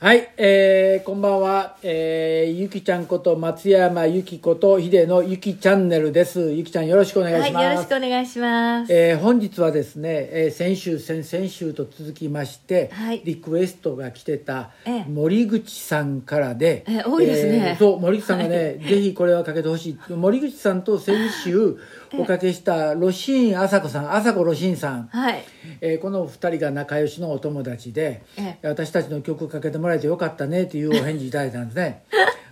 はい、えー、こんばんは、えー、ゆきちゃんこと松山ゆきことひでのゆきチャンネルです。ゆきちゃんよろしくお願いはしい、ます。よろしくお願いします。えー本日はですね、えー先週先々週と続きまして、はいリクエストが来てたええ森口さんからで、え多いですねえーそう森口さんがね、 ぜひこれはかけてほしい森口さんと先週おかけしたロシーン朝子さん朝子ロシーンさん、はい、えーこの2人が仲良しのお友達で、え私たちの曲かけてもらえてよかったねっていうお返事いただいたんですね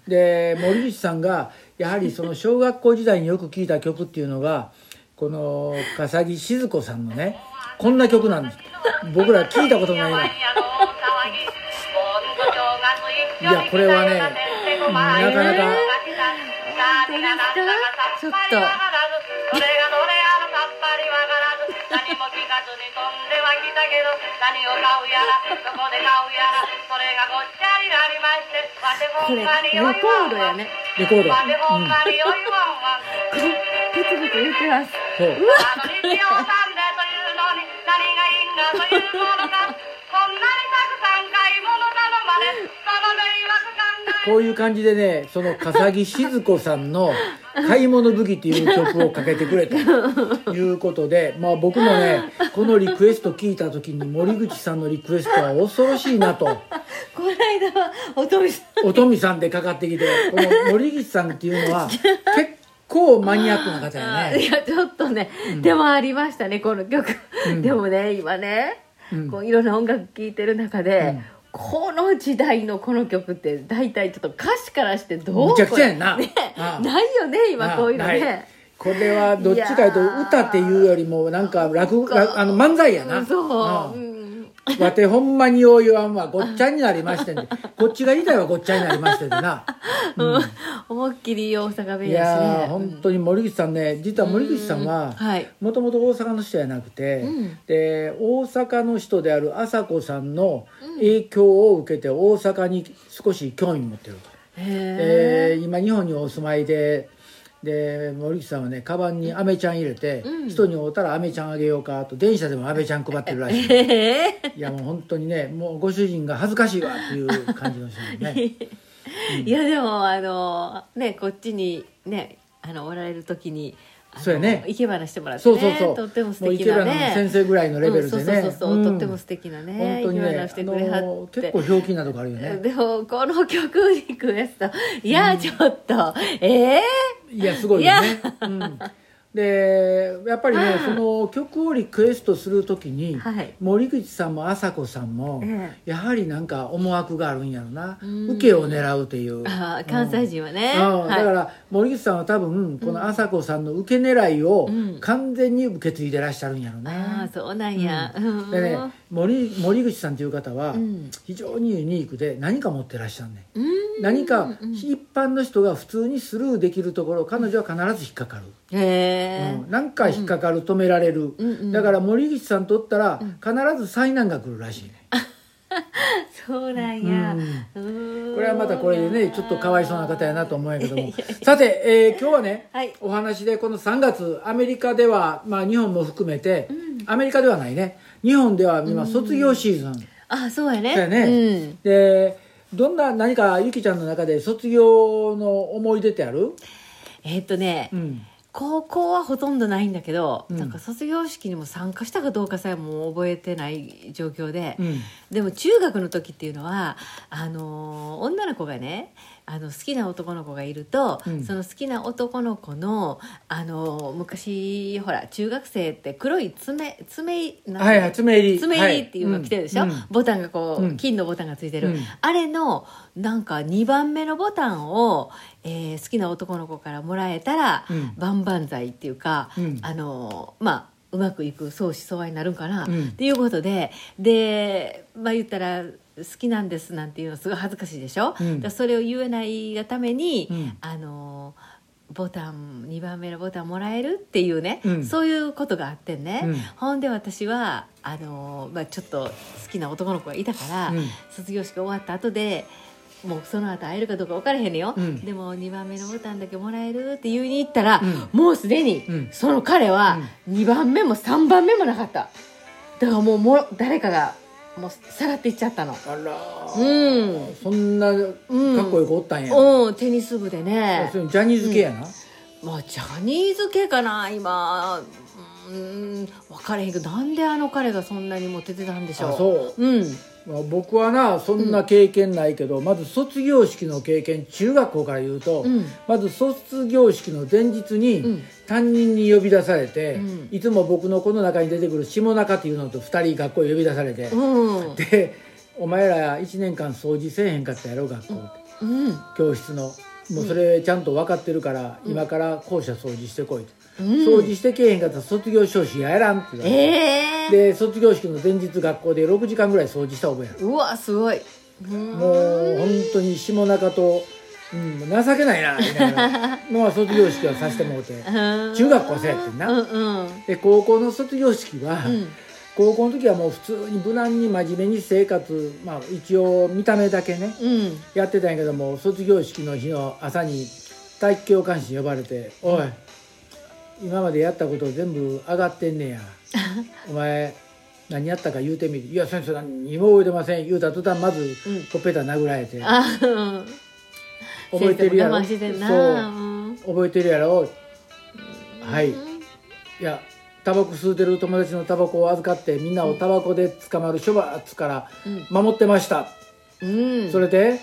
で森口さんがやはりその小学校時代によく聴いた曲っていうのがこの笠木静子さんのねこんな曲なんです僕ら聞いたことないないいやこれはねなかなかちょっとこれ、レコードやね。レコード、うん、うブツブツ言ってます。そうこういう感じでねその笠木静子さんの「買い物武器」っていう曲をかけてくれ ということで、まあ、僕もねこのリクエスト聞いた時に森口さんのリクエストは恐ろしいなとこの間は、おとみさん。音美さんでかかってきてこの森口さんっていうのは結構マニアックな方やいね。やちょっとね、でもありましたねこの曲、でもね今ね、うんこういろんな音楽聴いてる中で、この時代のこの曲って大体ちょっと歌詞からしてどうむちゃくちゃやんなこれねああないよね今こういうのあないねこれはどっちかいういやとー歌っていうよりもなんか落語らあの漫才やなそう、んうんわてほんまによう言わんわごっちゃになりましてんでこっちが言いたいわごっちゃになりましてでなうん 思いっきり大阪弁いやしやねー本当に森口さんね実は森口さんうんははいもともと大阪の人じゃなくて、うんで大阪の人である朝子さんの影響を受けて大阪に少し興味持ってると、えへー今日本にお住まいでで森口さんはねカバンにアメちゃん入れて、うん人に会うたらアメちゃんあげようかと電車でもアメちゃん配ってるらしいええいやもう本当にねもうご主人が恥ずかしいわっていう感じの人で ねーいやでもあのねこっちにねあのおられる時にあのそうやね生け花してもらって、そうね、そうそうとっても素もう敵池な原の先ね生ぐらいのレベルでうねん、そうそうそう、うんとっても素敵なね本当に生けね花してくれあはのって結構ひょうきんなとこあるよねでもこの曲リクエストいやちょっと、ええいやすごいよね、うん、でやっぱりね、その曲をリクエストするときに、はい森口さんも朝子さんも、えやはりなんか思惑があるんやろな、ん受けを狙うというあー関西人はね、うんはいだから森口さんは多分この朝子さんの受け狙いをうん完全に受け継いでらっしゃるんやろうああな、そうなんや、うんでね森森口さんという方はうん非常にユニークで何か持ってらっしゃるね、うんん、何か一般の人が普通にスルーできるところ彼女は必ず引っかかる、へえ、うん、なんか引っかかる止められる、うんうんだから森口さんとったら必ず災難が来るらしいね、そうなんや、うーんこれはまたこれでねちょっとかわいそうな方やなと思うん やけどもさて、えー今日はね、はいお話でこの3月アメリカでは、まあ、日本も含めて、アメリカではないね日本では今卒業シーズン、あそうやねだよね、うんでどんな何かゆきちゃんの中で卒業の思い出ってある、えーっとね、うん、高校はほとんどないんだけど、うんなんか卒業式にも参加したかどうかさえもう覚えてない状況で、うんでも中学の時っていうのはあのー女の子がねあの好きな男の子がいると、うんその好きな男の子の、あのー昔ほら中学生って黒い爪爪なんはいはい爪入り爪入りっていうの着てるでしょ、はいうんうんボタンがこう、うん金のボタンがついてうる、んあれのなんか2番目のボタンを、えー好きな男の子からもらえたら、うん万々歳っていうか、うんあのーまあうまくいく相思相愛になるんかな、うんっていうことででまあ言ったら好きなんですなんていうのすごい恥ずかしいでしょ、うんだからそれを言えないがために、うんあのーボタン2番目のボタンもらえるっていうね、うんそういうことがあってね、うんほんで私はあのー、まあ、ちょっと好きな男の子がいたから、うん卒業式終わった後でもうその後会えるかどうか分からへんのよ、うんでも2番目のボタンだけもらえるって言いに行ったら、うもうすでにうんその彼は2番目も3番目もなかっただからもうもら誰かがもうさらっていっちゃったのあらうんそんなかっこよくおったんや、うんテニス部でねそれジャニーズ系やな、まあジャニーズ系かな今うーん分かれへんけどなんであの彼がそんなにモテてたんでしょうあそううんまあ僕はなそんな経験ないけど、まず卒業式の経験中学校から言うと、うんまず卒業式の前日に、うん担任に呼び出されて、うんいつも僕のこの中に出てくる下中っていうのと2人学校に呼び出されて、うんで「お前ら1年間掃除せえへんかったやろ学校」うん教室のもうそれちゃんと分かってるから、今から校舎掃除してこい」と。うん掃除してけえへんかったら卒業証書やらんって言われて、ええで卒業式の前日学校で6時間ぐらい掃除した覚えやるうわすごいうんもう本当に下中と、うん、情けないなみたい なのは卒業式はさせてもうて中学校生やってんなうんうんで高校の卒業式は、うん高校の時はもう普通に無難に真面目に生活まあ一応見た目だけねうんやってたんやけども卒業式の日の朝に体育教官室に呼ばれて「おい今までやったこと全部上がってんね やお前何やったか言うてみる」「いや先生何にも覚えてません」言うた途端まずうんほっぺた殴られてあうん「覚えてるやろ」先生も我慢してんなそううん覚えてるやろ」はいいやタバコ吸うてる友達のタバコを預かってみんなをタバコで捕まる処罰からうん守ってました、うんそれで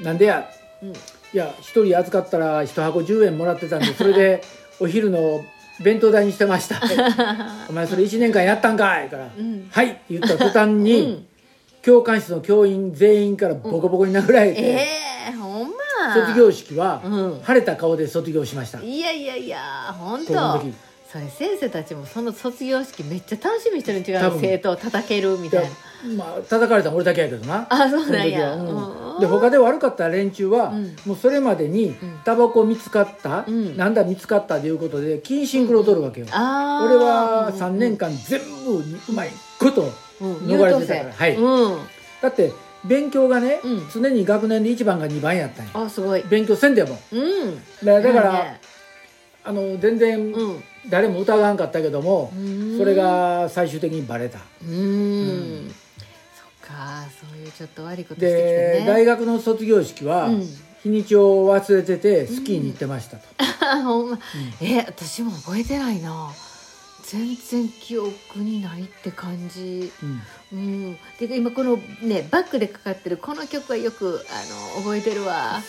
なんでやうんいや一人預かったら一箱10円もらってたんでそれ でお昼の弁当代にしてましたお前それ1年間やったんかいから、んはいって言った途端に、うん教官室の教員全員からボコボコに殴られえて、えほんま卒業式は、うん晴れた顔で卒業しましたいやいやいや本高校の当時それ先生たちもその卒業式めっちゃ楽しみにしてるん違多う分生徒を叩けるみでたいなまあ叩かれたの俺だけやけどなあそうなんやその時はうんうんで他で悪かった連中は、うんもうそれまでにんタバコ見つかった、うんなんだ見つかったということで謹慎黒を取るわけよ、ああ俺は3年間全部うまいこと逃れてたから、はいうんだって勉強がね、うん常に学年で1番が2番やったんやあすごい勉強せんでもうんだだから、いいねあの全然うん誰も疑わんかったけども、うんそれが最終的にバレたうーんそっかそういうちょっと悪いことしてきたで、ね大学の卒業式は、うん日にちを忘れててスキーに行ってましたと、あ ほんまえ私も覚えてないな全然記憶にないって感じうんうんで今このねバックでかかってるこの曲はよくあの覚えてるわ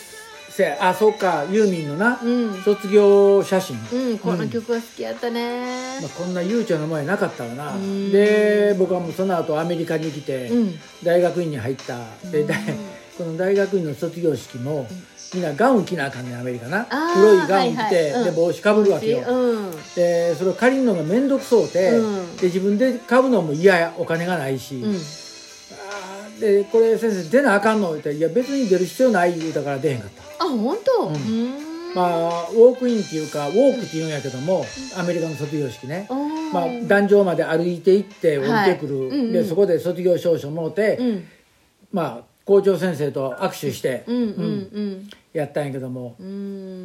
せやあそうかユーミンのな、うん、卒業写真、うん、このうん曲は好きやったねまあ、こんな悠長な前なかったわなうんで僕はもうその後アメリカに来て、うん大学院に入ったで大うんこの大学院の卒業式もみんなガウン着なあかんねんアメリカなあー黒いガウン着て、はいはいうんで帽子かぶるわけようんでそれを借りるのが面倒くそうて、うんで自分で買うのも嫌やお金がないし、うあんーでこれ先生出なあかんの言ったら「いや別に出る必要ない」言うたから出へんかった、あ本当うんうんまあウォークインっていうかウォークっていうんやけども、アメリカの卒業式ね、うんまあ、壇上まで歩いて行って降りてくる、はいうんうんでそこで卒業証書もろて、うんまあ、校長先生と握手してうんうんやったんやけどもうんう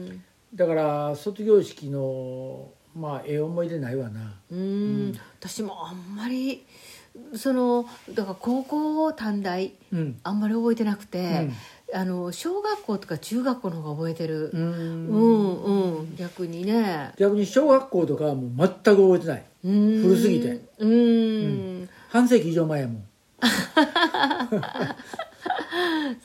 んだから卒業式のまあええ思い出ないわなうーん私もあんまりそのだから高校短大うんあんまり覚えてなくて、あの小学校とか中学校の方が覚えてるう、うん、んうん逆にね逆に小学校とかはもう全く覚えてない古古すぎてうーん、半世紀以上前やもん、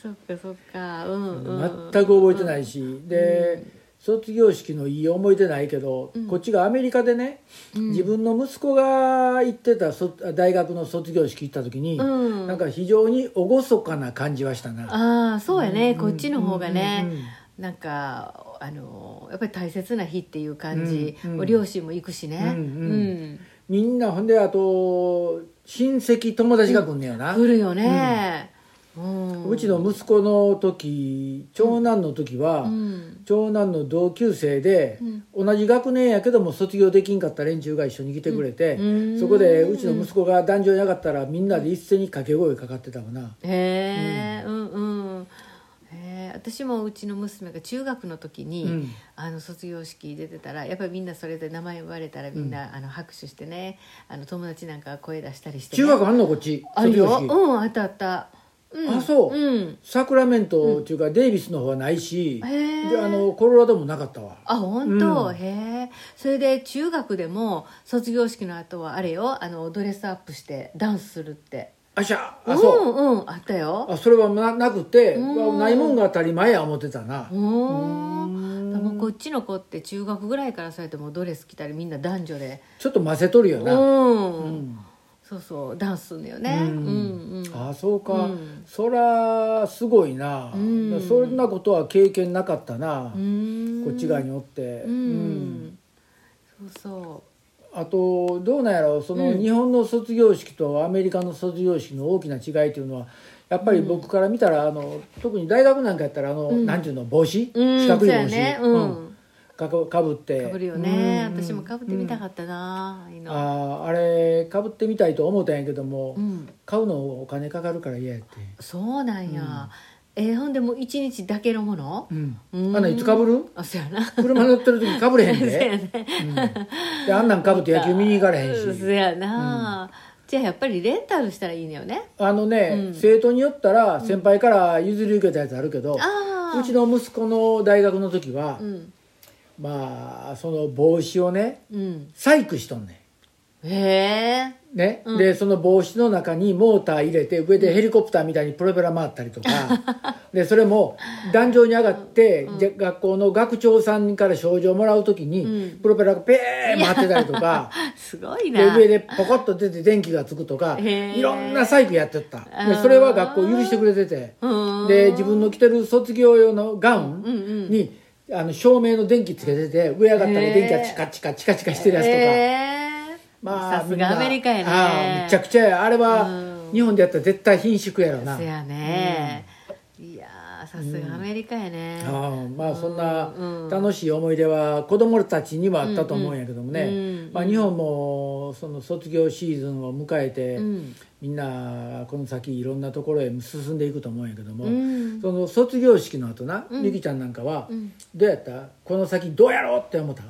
そっかそっかうん、うん、全く覚えてないし、で、卒業式のいい思い出ないけど、こっちがアメリカでね、自分の息子が行ってたそ大学の卒業式行った時に、うんなんか非常に厳かな感じはしたな。ああそうやね、こっちの方がね、うんうんなんかあのやっぱり大切な日っていう感じ、うんうんお両親も行くしねううんん、みんなほんであと親戚友達が来んねやな、来るよね、うんうちの息子の時長男の時は、うん長男の同級生で、同じ学年やけども卒業できんかった連中が一緒に来てくれて、うんそこでうちの息子が壇上に上がったらみんなで一斉に掛け声かかってたわな、へえ、うん、うんへえ私もうちの娘が中学の時に、うんあの卒業式出てたらやっぱりみんなそれで名前呼ばれたらみんな、あの拍手してねあの友達なんか声出したりしてね、中学あんのこっちあるよ、卒業式うん、あったあった、うん、あそううん、サクラメントっていうかデイビスの方はないし、へーであのコロラドもなかったわあ本当、うんへえそれで中学でも卒業式の後はあれよあのドレスアップしてダンスするってあしゃあそう、んうんあったよあそれはななくて、うんないもんが当たり前や思ってたな、うーんでもこっちの子って中学ぐらいからそうやってもうドレス着たりみんな男女でちょっと混ぜとるような、ん、うんそうそうダンスするのよねううんんうんああそうか、うんそらすごいな、んそんなことは経験なかったな、うんこっち側におって、うん、うんそうそあとどうなんやろうそのうん日本の卒業式とアメリカの卒業式の大きな違いというのはやっぱり僕から見たら、あの特に大学なんかやったらあの、んなんていうの帽子、ううん四角い帽そうや子、ねうん、かぶかぶってかぶるよね、うん私もかぶってみたかったな、ああいうのあーあれかぶってみたいと思ったんやけども、うん買うのお金かかるから嫌やって、そうなんや、えーほんでもう一日だけのもの、うんうんあんなんいつかぶるんあそうやな車乗ってる時かぶれへん そうやで,、ねうん、であんなんかぶって野球見に行かれへんうんそうしやな、じゃあやっぱりレンタルしたらいいのよねあのね、うん生徒によったら先輩から譲り受けたやつあるけど、ああうちの息子の大学の時は、うんまあその帽子をねうん細工しとんねへえんね、うんでその帽子の中にモーター入れて上でヘリコプターみたいにプロペラ回ったりと かでそれも壇上に上がって、じゃ学校の学長さんから賞状もらう時に、うんプロペラがペーッ回ってたりとか すごいでな上でポコッと出て電気がつくとかへーいろんな細工やってったあでーそれは学校許してくれててうんで自分の着てる卒業用のガウン、うんうんにあの照明の電気つけてて上上がったら電気がチカチカチカチカしてるやつとか、へえまあさみすんながアメリカやねああめちゃくちゃやあれはうん日本でやったら絶対貧縮やろなそうやね、いやーさすがアメリカやね、ああまあそんなうん楽しい思い出は子供たちにはあったと思うんやけどもね、うんうんまあ、日本もその卒業シーズンを迎えて、うんみんなこの先いろんなところへ進んでいくと思うんやけども、うんその卒業式の後な、んゆきちゃんなんかはうんどうやったこの先どうやろうって思った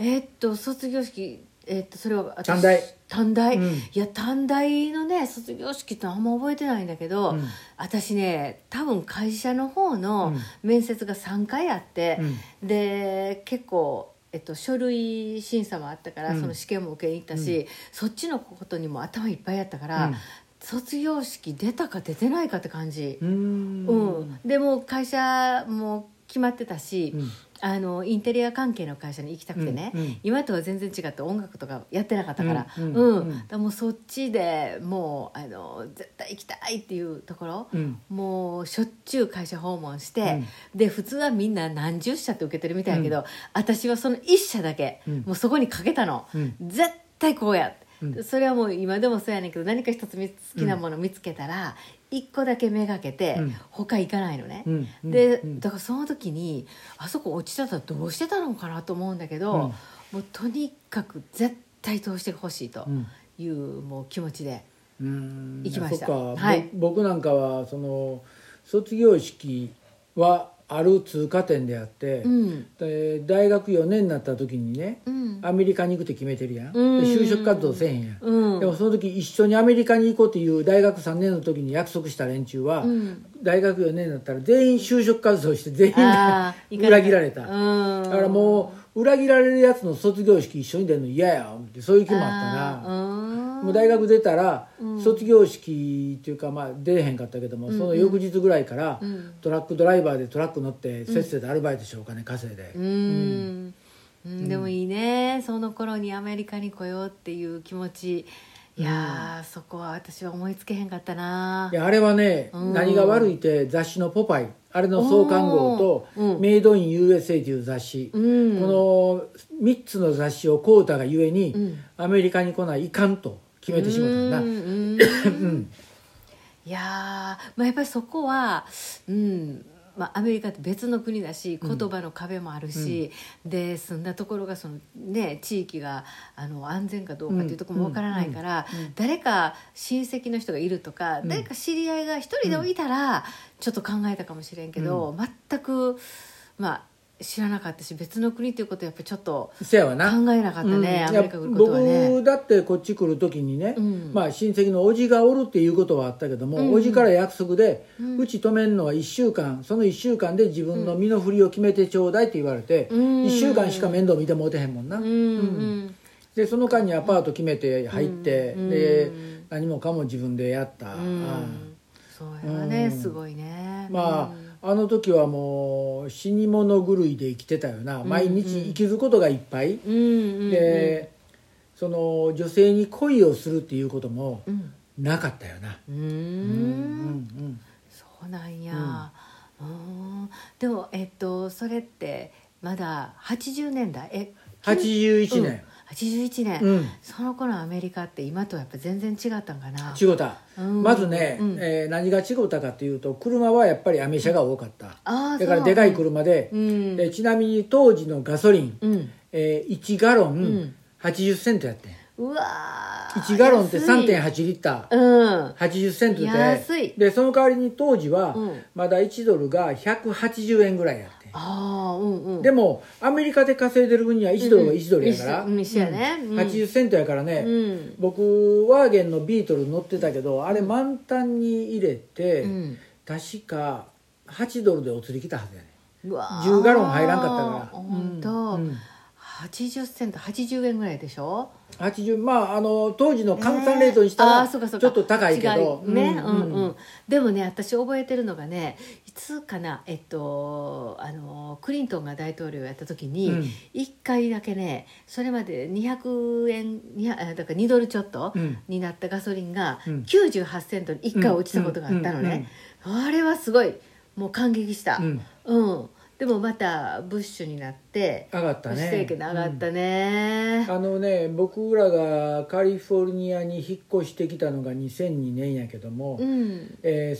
えーっと卒業式えーっとそれは私短大短大、うんいや短大のね卒業式ってあんま覚えてないんだけど、うん私ね多分会社の方の面接が3回あって、で結構えっと、書類審査もあったから、うんその試験も受けに行ったし、そっちのことにも頭いっぱいやったから、うん卒業式出たか出てないかって感じ、うーんうん、でもう会社も決まってたし、うんあのインテリア関係の会社に行きたくてね、うんうん今とは全然違って音楽とかやってなかったからううんん、うんうんだからもうそっちでもうあの絶対行きたいっていうところ、うんもうしょっちゅう会社訪問して、で普通はみんな何十社って受けてるみたいやけど、私はその1社だけ、うんもうそこにかけたの、うん絶対こうや、うんそれはもう今でもそうやねんけど何か一つ見つ好きなもの見つけたら、一個だけめがけて、うん他行かないのね、うんうんでうんだからその時にあそこ落ちてたらどうしてたのかなと思うんだけど、うんもうとにかく絶対通してほしいとうんいう、もう気持ちでうん行きましたそっか、はいぼ僕なんかはその卒業式はある通過点であって、うんで大学4年になった時にね、うんアメリカに行くって決めてるやん、うんで就職活動せえへんやん、うんでもその時一緒にアメリカに行こうっていう大学3年の時に約束した連中は、うん大学4年になったら全員就職活動して全員があー行か な裏い切られた、うんだからもう裏切られるやつの卒業式一緒に出るの嫌や思ってそういう気もあったなあーうんもう大学出たら、卒業式っていうかまあ出えへんかったけども、その翌日ぐらいから、うんトラックドライバーでトラック乗ってせっせとアルバイトしようかね稼いで、うん、うん、でもいいねその頃にアメリカに来ようっていう気持ちいやー、そこは私は思いつけへんかったないやあれはね、うん何が悪いって雑誌の「ポパイ」あれの創刊号と「うんメイドイン USA」という雑誌、うんこの3つの雑誌を買うたがゆえに、うんアメリカに来ないかんと決めてしまったんだ、うんうんいやー、まあ、やっぱりそこは、うん、まあ、アメリカって別の国だし言葉の壁もあるし、で住んだところがその、ね、地域があの安全かどうかっていうところもわからないから、誰か親戚の人がいるとか、誰か知り合いが一人でもいたらちょっと考えたかもしれんけど、全く、まあ、知らなかったし別の国っていうことはやっぱりちょっとせやわ考なえなかったね、アメリカ来ることはね僕。だってこっち来る時にね、うんまあ、親戚のおじがおるっていうことはあったけども、うんおじから約束で、ううんち止めんのは1週間その1週間で自分の身の振りを決めてちょうだいって言われて、うん1週間しか面倒見てもうてへんもんな、うんうんでその間にアパート決めて入って、うんでうん何もかも自分でやった、うあんそうやわね、うんすごいねあまあ、あの時はもう死に物狂いで生きてたよな、うん毎日生きることがいっぱい、うんうんうんでその女性に恋をするっていうこともうんなかったよな、うーうんんそうなんや、うーん、でもえっとそれってまだ80年代え81年、 81年、うんその頃のアメリカって今とはやっぱ全然違ったんかな違うた、うんまずね、うんえー何が違うたかっていうと車はやっぱりアメ車が多かった、あーだからそうでかい車で,うで、んちなみに当時のガソリン、うんえー1ガロんン80セントやってん、うわー1ガロンって安い3.8リッターうん80セントで安いでその代わりに当時はうんまだ1ドルが180円ぐらいやってん、ああうんうんでもアメリカで稼いでる分には1ドルが1ドルやから、うん一緒うん一緒やねうん80セントやからね、うん僕ワーゲンのビートル乗ってたけどあれ満タンに入れて、うん確か8ドルでお釣り来たはずやねうわー10ガロン入らんかったから本当、うんうん80セント80円ぐらいでしょ80まああの当時の換算レートにしたら、ねあーそうかそうちかょっと高いけど違うねううんんうん、でもね私覚えてるのがねいつかなえっとあのクリントンが大統領やった時うに、ん一1回だけねそれまで200円200あだから2ドルちょっとうんになったガソリンがうん98セントに1回落ちたことがあったのね、あれはすごいもう感激した、うんうん、でもまたブッシュになって上がった不ね正権上がったね、あのね僕らがカリフォルニアに引っ越してきたのが2002年やけども、うんえ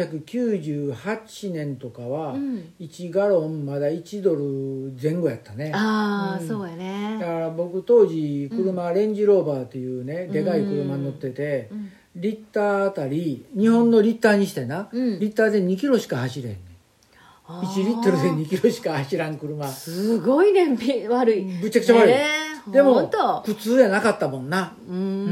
ー1998年とかはうん1ガロンまだ1ドル前後やったね、ああ、うんそうやねだから僕当時車、レンジローバーっていうねでかい車に乗ってて、うんリッターあたり日本のリッターにしてな、うんリッターで2キロしか走れんねあー1リットルで2キロしか走らん車すごい燃費悪いぶっちゃくちゃ悪い、ねえでほんもと苦痛やなかったもんなうーんうんう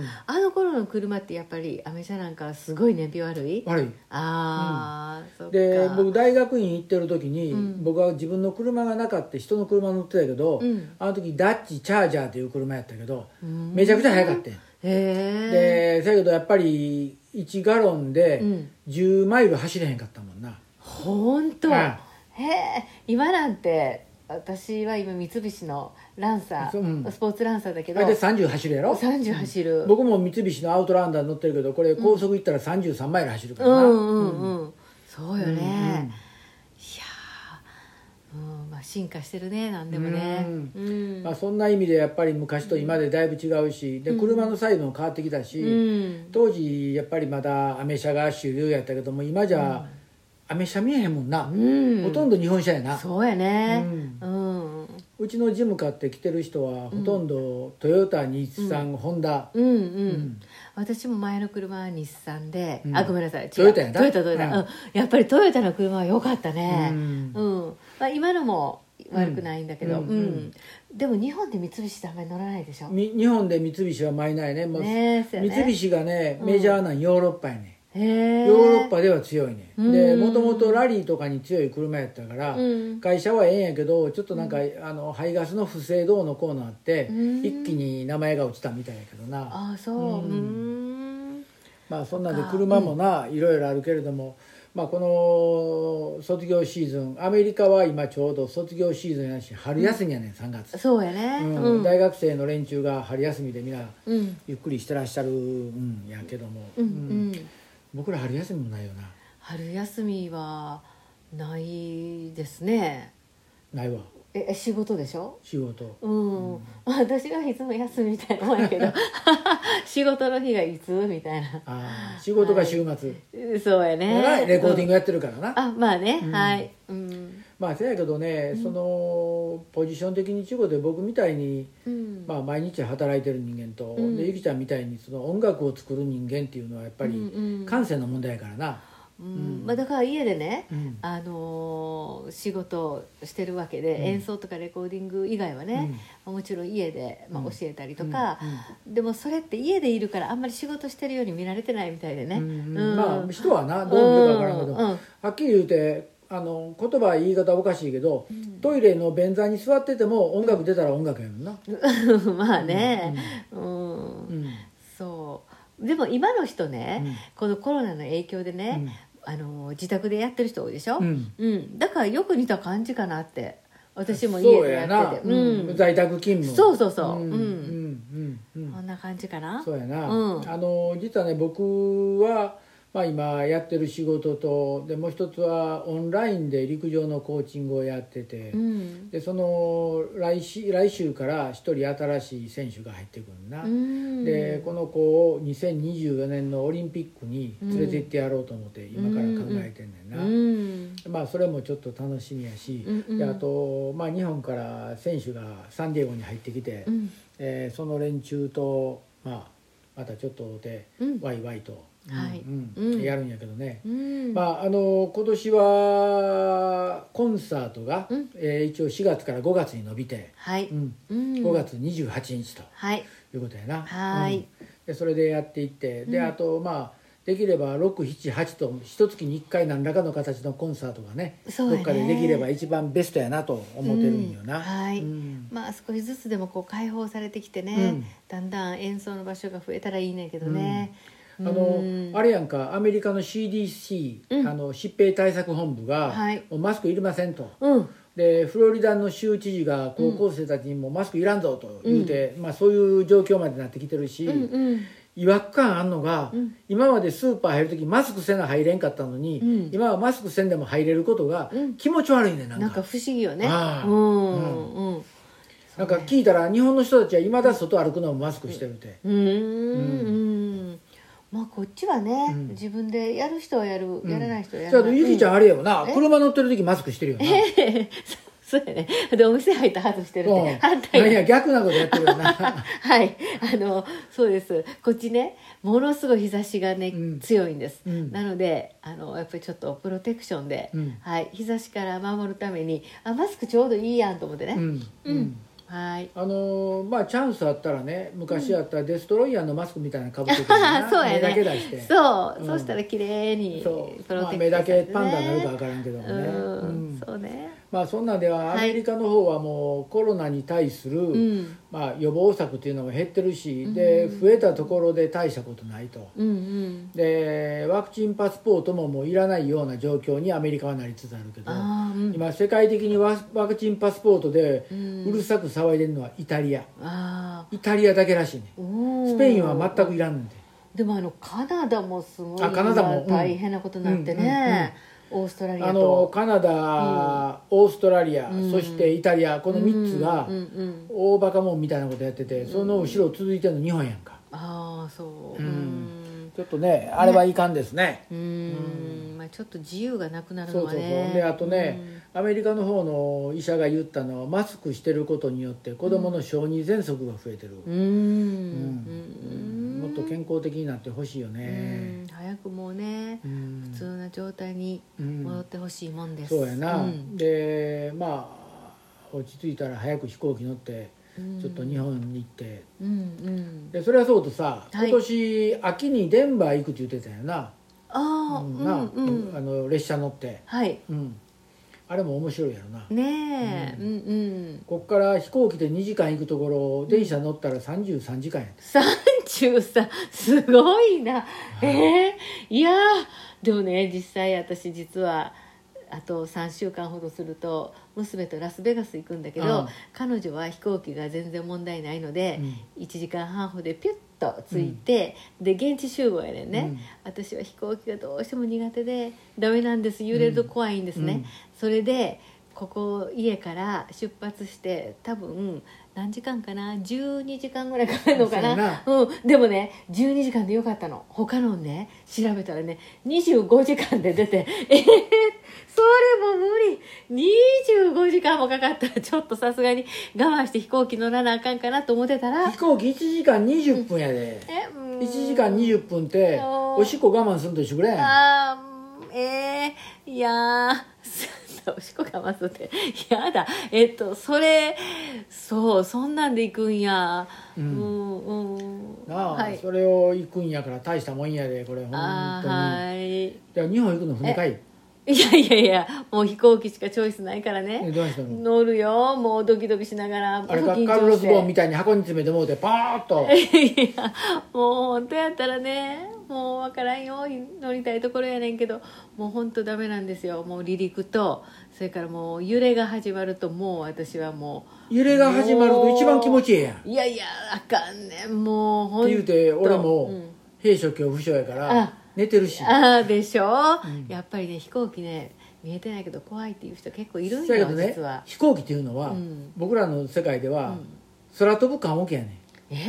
んあの頃の車ってやっぱりアメ車なんかすごい燃費悪い悪いああ、そっかで僕大学院行ってる時に、うん僕は自分の車がなかった人の車乗ってたけど、うんあの時ダッチチャージャーっていう車やったけど、うんめちゃくちゃ速かったよへでえだけどやっぱり1ガロンでうん10マイル走れへんかったもんな、ほんとうんへえ今なんて私は今三菱のランサー、そううんスポーツランサーだけあどれで30走るやろ30走る、僕も三菱のアウトランダー乗ってるけどこれ高速行ったら33マイル走るかうらな、んうんうん、そうよね、うんうんいやーうんまあ進化してるね何でもねうんうんまあ、そんな意味でやっぱり昔と今でだいぶ違うしで車のサイズも変わってきたし、うん当時やっぱりまだアメ車が主流やったけども今じゃアメ車見えへんもんな、うんほとんど日本車やなそうやねううんうんうちのジム買って来てる人はほとんどトヨタ日産、ホンダうん、私も前の車は日産で、うんあごめんなさい違うトヨタやなトヨタトヨタ、うんうんやっぱりトヨタの車は良かったねううんん、まあ、今のも悪くないんだけど、ううんんでも日本で三菱ってあんまり乗らないでしょみ日本で三菱はマイナーやねもうねえそうやね三菱がねうんメジャーなんヨーロッパやね、へえヨーロッパでは強いねうんでもともとラリーとかに強い車やったから、うん会社はええんやけどちょっとなんか、あの排ガスの不正どうのこうのあって、うん一気に名前が落ちたみたいやけどなああそううんうんまあそんなんでそっか車もないろいろあるけれども、まあ、この卒業シーズンアメリカは今ちょうど卒業シーズンやし春休みやねん3月、そうやねうんうん大学生の連中が春休みでみんなうんゆっくりしてらっしゃるんやけども、うんううんん僕ら春休みもないよな春休みはないですねないわえ仕事でしょ仕事うん、私がいつも休みみたいなもんやけ ど仕事の日がいつみたいなああ仕事が週末、そうやえらねいレコーディングやってるからな、あまあね、うんはい、うんまあせやけどね、そのポジション的に中国で僕みたいに、うんまあ、毎日働いてる人間と、うんでゆきちゃんみたいにその音楽を作る人間っていうのはやっぱりうんうん感性の問題やからな、うんまあ、だから家でね、うんあのー仕事をしてるわけで、演奏とかレコーディング以外はね、もちろん家で、まあ、うん教えたりとか、うんでもそれって家でいるからあんまり仕事してるように見られてないみたいでね、うんうんまあ人はなどう見るかわからんけど、うんうんはっきり言うてあの言葉言い方おかしいけど、トイレの便座に座ってても音楽出たら音楽やもんな、 まあね、うんうんそうでも今の人ね、うんこのコロナの影響でね、あの自宅でやってる人多いでしょ、うんだからよく似た感じかなって私も家そうでややっな、ててうん在宅勤務そうそうそううんううんんうんうんこんな感じかなそうやな、うんあの実はね僕は、まあ、今やってる仕事とでもう一つはオンラインで陸上のコーチングをやってて、うんでその来し来週から一人新しい選手が入ってくるな、うんでこの子を2024年のオリンピックに連れて行ってやろうと思って今から考えてんねんな、うんまあそれもちょっと楽しみやし、うんうんであと、まあ、日本から選手がサンディエゴに入ってきて、うんえーその連中と、まあ、またちょっとで、うんワイワイと、はいうんうんやるんやけどね、うんまあ、あの今年はコンサートが、うんえー一応4月から5月に延びて、はいうん、うん5月28日とはいいうことやな、はいうんでそれでやっていってで、うんあとまあできれば678と一月に1回何らかの形のコンサートがねそうやねどっかでできれば一番ベストやなと思ってるんよな、うんはいうんまあ少しずつでもこう解放されてきてね、うんだんだん演奏の場所が増えたらいいねんけどね、あうんのあれやんかアメリカの CDC、うんあの疾病対策本部が、はいもうマスクいりませんとうんでフロリダの州知事が高校生たちにもマスクいらんぞと言うて、まあ、そういう状況までなってきてるし、うんうん違和感あんのが、うん今までスーパー入る時マスクせな入れんかったのに、うん今はマスクせんでも入れることがうん気持ち悪いねんなんかなんか不思議よねああうんううんなんか聞いたら日本の人たちはいまだ外歩くのもマスクしてるって、うーんうんまあこっちはね、うん自分でやる人はやる、やらない人はやじゃらあないゆきちゃんあれよな、え車乗ってる時マスクしてるよな、 そうやねでお店入ったら外してるっうんて反なん対やや逆なことやってるよ なはいあのそうですこっちねものすごい日差しがね、うん強いんです、うんなのであのやっぱりちょっとプロテクションで、うんはい、日差しから守るためにあマスクちょうどいいやんと思ってね、うん、うんはいあのーまあチャンスあったらね昔あったデストロイヤーのマスクみたいなのかぶってくるよな そうやね目だけ出してそう、うんそうしたら綺麗にそうプロまあ、テク目ショだンさけれてねパンダになるかわからんけどもね、ううんん、そうねまあそんなんではアメリカの方はもうコロナに対する、うんまあ、予防策というのも減ってるし、で増えたところで大したことないとうんうんでワクチンパスポートももういらないような状況にアメリカはなりつつあるけどあーうん今世界的にワワクチンパスポートでうんうるさく騒いでるのはイタリア、あイタリアだけらしいねあおースペインは全くいらんねんででもあのカナダもすごいあカナダも今大変なことになってね、オーストラリアとあのカナダ、オーストラリア、んそしてイタリアこの3つがうんうんうん大バカもんみたいなことやってて、その後ろ続いてるの日本やんかああそうううんんちょっとねあれはいかんですねうん、まあ、ちょっと自由がなくなるそのうはそうそうねであとね、アメリカの方の医者が言ったのはマスクしてることによって子供の小児喘息が増えてる、うんうんうんもっと健康的になってほしいようんね早くもうねうん、普通な状態に戻ってほしいもんです、そうやな、んでまあ落ち着いたら早く飛行機乗ってうんちょっと日本に行って、うんうんでそれはそうとさ、はい今年秋にデンバー行くって言ってたよな,、ああうんなうん、あの列車乗って、はいうん、あれも面白いやろな、ねえ、うん、うんこっから飛行機で2時間行くところを電車乗ったら33時間やって、 33すごいなえー、いやーでもね実際私実はあと3週間ほどすると娘とラスベガス行くんだけど、うん彼女は飛行機が全然問題ないので、う1時間半ほどでピュッと着いて、で現地集合やねんね、私は飛行機がどうしても苦手でダメなんです揺れると怖いんですね、うんそれでここ家から出発して多分何時間かな12時間ぐらいかかるのかなそうやうん、でもね12時間でよかったの他のね調べたらね25時間で出てえー、それも無理25時間もかかったらちょっとさすがに我慢して飛行機乗らなあかんかなと思ってたら飛行機1時間20分やで、えうん1時間20分ってうんおしっこ我慢すると一緒ぐらいやあーうんえー、いやーそんなおしっこ我慢するってやだえっとそれそうそんなんで行くんやうんうんんなあ、はいそれを行くんやから大したもんやでこれ本あ当に、ーはいいや日本行くの船かい いやいやいやもう飛行機しかチョイスないからえねどうしたの乗るよもうドキドキしながらあれか緊張カルロス・ボーンみしてたいに箱に詰めてもうてパーッといやもう本当やったらねもう分からんよ乗りたいところやねんけどもう本当ダメなんですよもう離陸とそれからもう揺れが始まるともう私はも揺れが始まると一番気持ちええやんっういやいやあかんねんもうほんて言うて俺うもん兵所恐怖症やかあら寝てるしああでしょ、やっぱりね飛行機ね見えてないけど怖いっていう人結構いるんそよやけどね実は飛行機っていうのは、うん僕らの世界では、空飛ぶ棺桶やねえ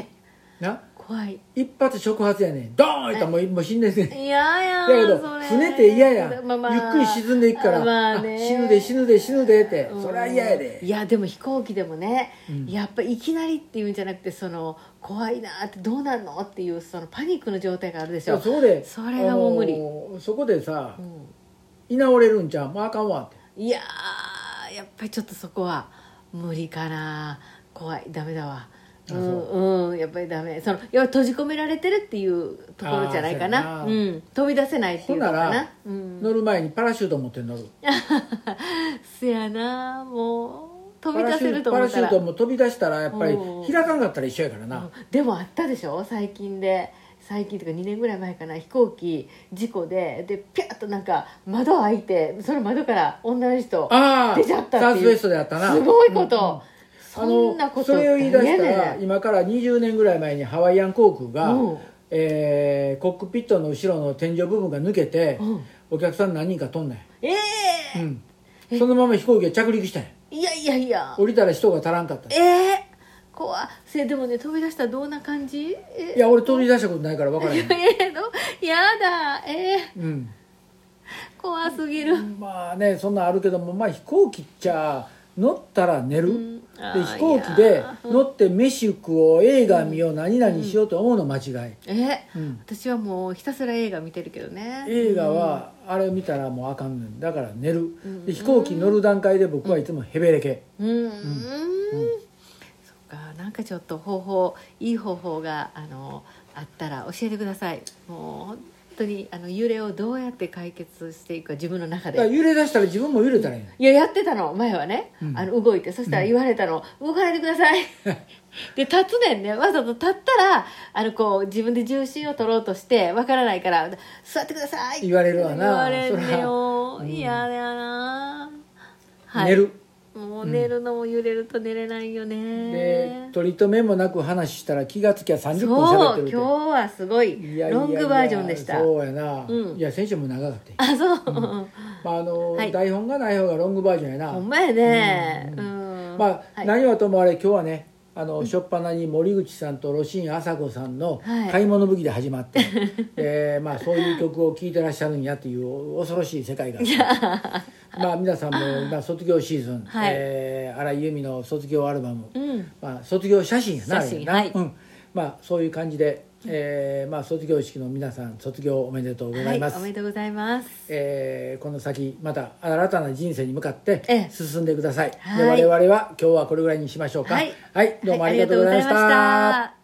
んな怖い一発触発やねんドーンいったらもうもう死んでんね んいやいやだけどそれ船って嫌やん、まあまあゆっくり沈んでいくから、まああね死ぬで死ぬで死ぬでって、うんそりゃ嫌やでいやでも飛行機でもね、うんやっぱいきなりっていうんじゃなくてその怖いなってどうなんのっていうそのパニックの状態があるでしょそこでそれがもう無理あのーそこでさうん居直れるんちゃうもうあかんわっていやーやっぱりちょっとそこは無理かな怖いダメだわうあんうんやっぱりダメその要は閉じ込められてるっていうところじゃないかなあーうそうやん、飛び出せないっていうのかなほんならうん、乗る前にパラシュート持って乗る せやなもう飛パびラ出シュせーるトとパ思ラっシたュートらも飛び出したらやっぱりうん開かんかったら一緒やからうんなでもあったでしょ最近で最近とか2年ぐらい前かな飛行機事故ででピャッとなんか窓開いてその窓から女の人ああ出ちゃったサっウてスウいエうストであったなすごいこと、あそんなのことそれを言い出した誰らやねん今から20年ぐらい前にハワイアン航空が、うんえーコックピットの後ろの天井部分が抜けて、うんお客さん何人か飛んだんやええうんそのまま飛行機が着陸したんやいやいやいや降りたら人が足らんかったんやええ怖っせでもね飛び出したらどんな感じえいや俺飛び出したことないから分からへん、 ええどやだええうん、怖すぎる、まあねそんなんあるけどもまあ飛行機っちゃ乗ったら寝る、うんあーで飛行機でいや乗って飯食おう映画見よう何々しようと思うの間違い、えうん私はもうひたすら映画見てるけどね映画はあれ見たらもうあかんねんだから寝る、で飛行機乗る段階で僕はいつもヘベレケ、うん、うんそっかなんかちょっと方法いい方法があのあったら教えてくださいもう本当にあの揺れをどうやって解決していくか自分の中だからで揺れ出したら自分も揺れたらいい、いややってたの前はね、うんあの動いてそしたら言われたの、動かないでくださ いで立つねんねわざと立ったらあのこう自分で重心を取ろうとしてわからないから座ってください言われるわな言われんそねらようん嫌、だよな、寝るもう寝るのも揺れると寝れないよでね、取り留めもなく話したら気がつきゃ30分喋っそてうる今日はすごいいやいやいやロングバージョンでしたそうやな、うんいや選手も長かったよあそう、まああのはい台本がない方がロングバージョンやなほんまやねうん、まあ、はい何はともあれ今日はねあの初っ端に森口さんとロシン朝子さんのはい「買い物武器」で始ま って、えーまあ、そういう曲を聴いてらっしゃるんやっていう恐ろしい世界があってまあ皆さんも今卒業シーズン、はいえー荒井由実の卒業アルバム、うんまあ、卒業写真やな写真あれやな、はいうんまあ、そういう感じで、えーまあ、卒業式の皆さん卒業おめでとうござはいいます、おめでとうございますえーこの先また新たな人生に向かってええ進んでください、はいで我々は今日はこれぐらいにしましょうかはいどうもありがとうございました、はありがとうございました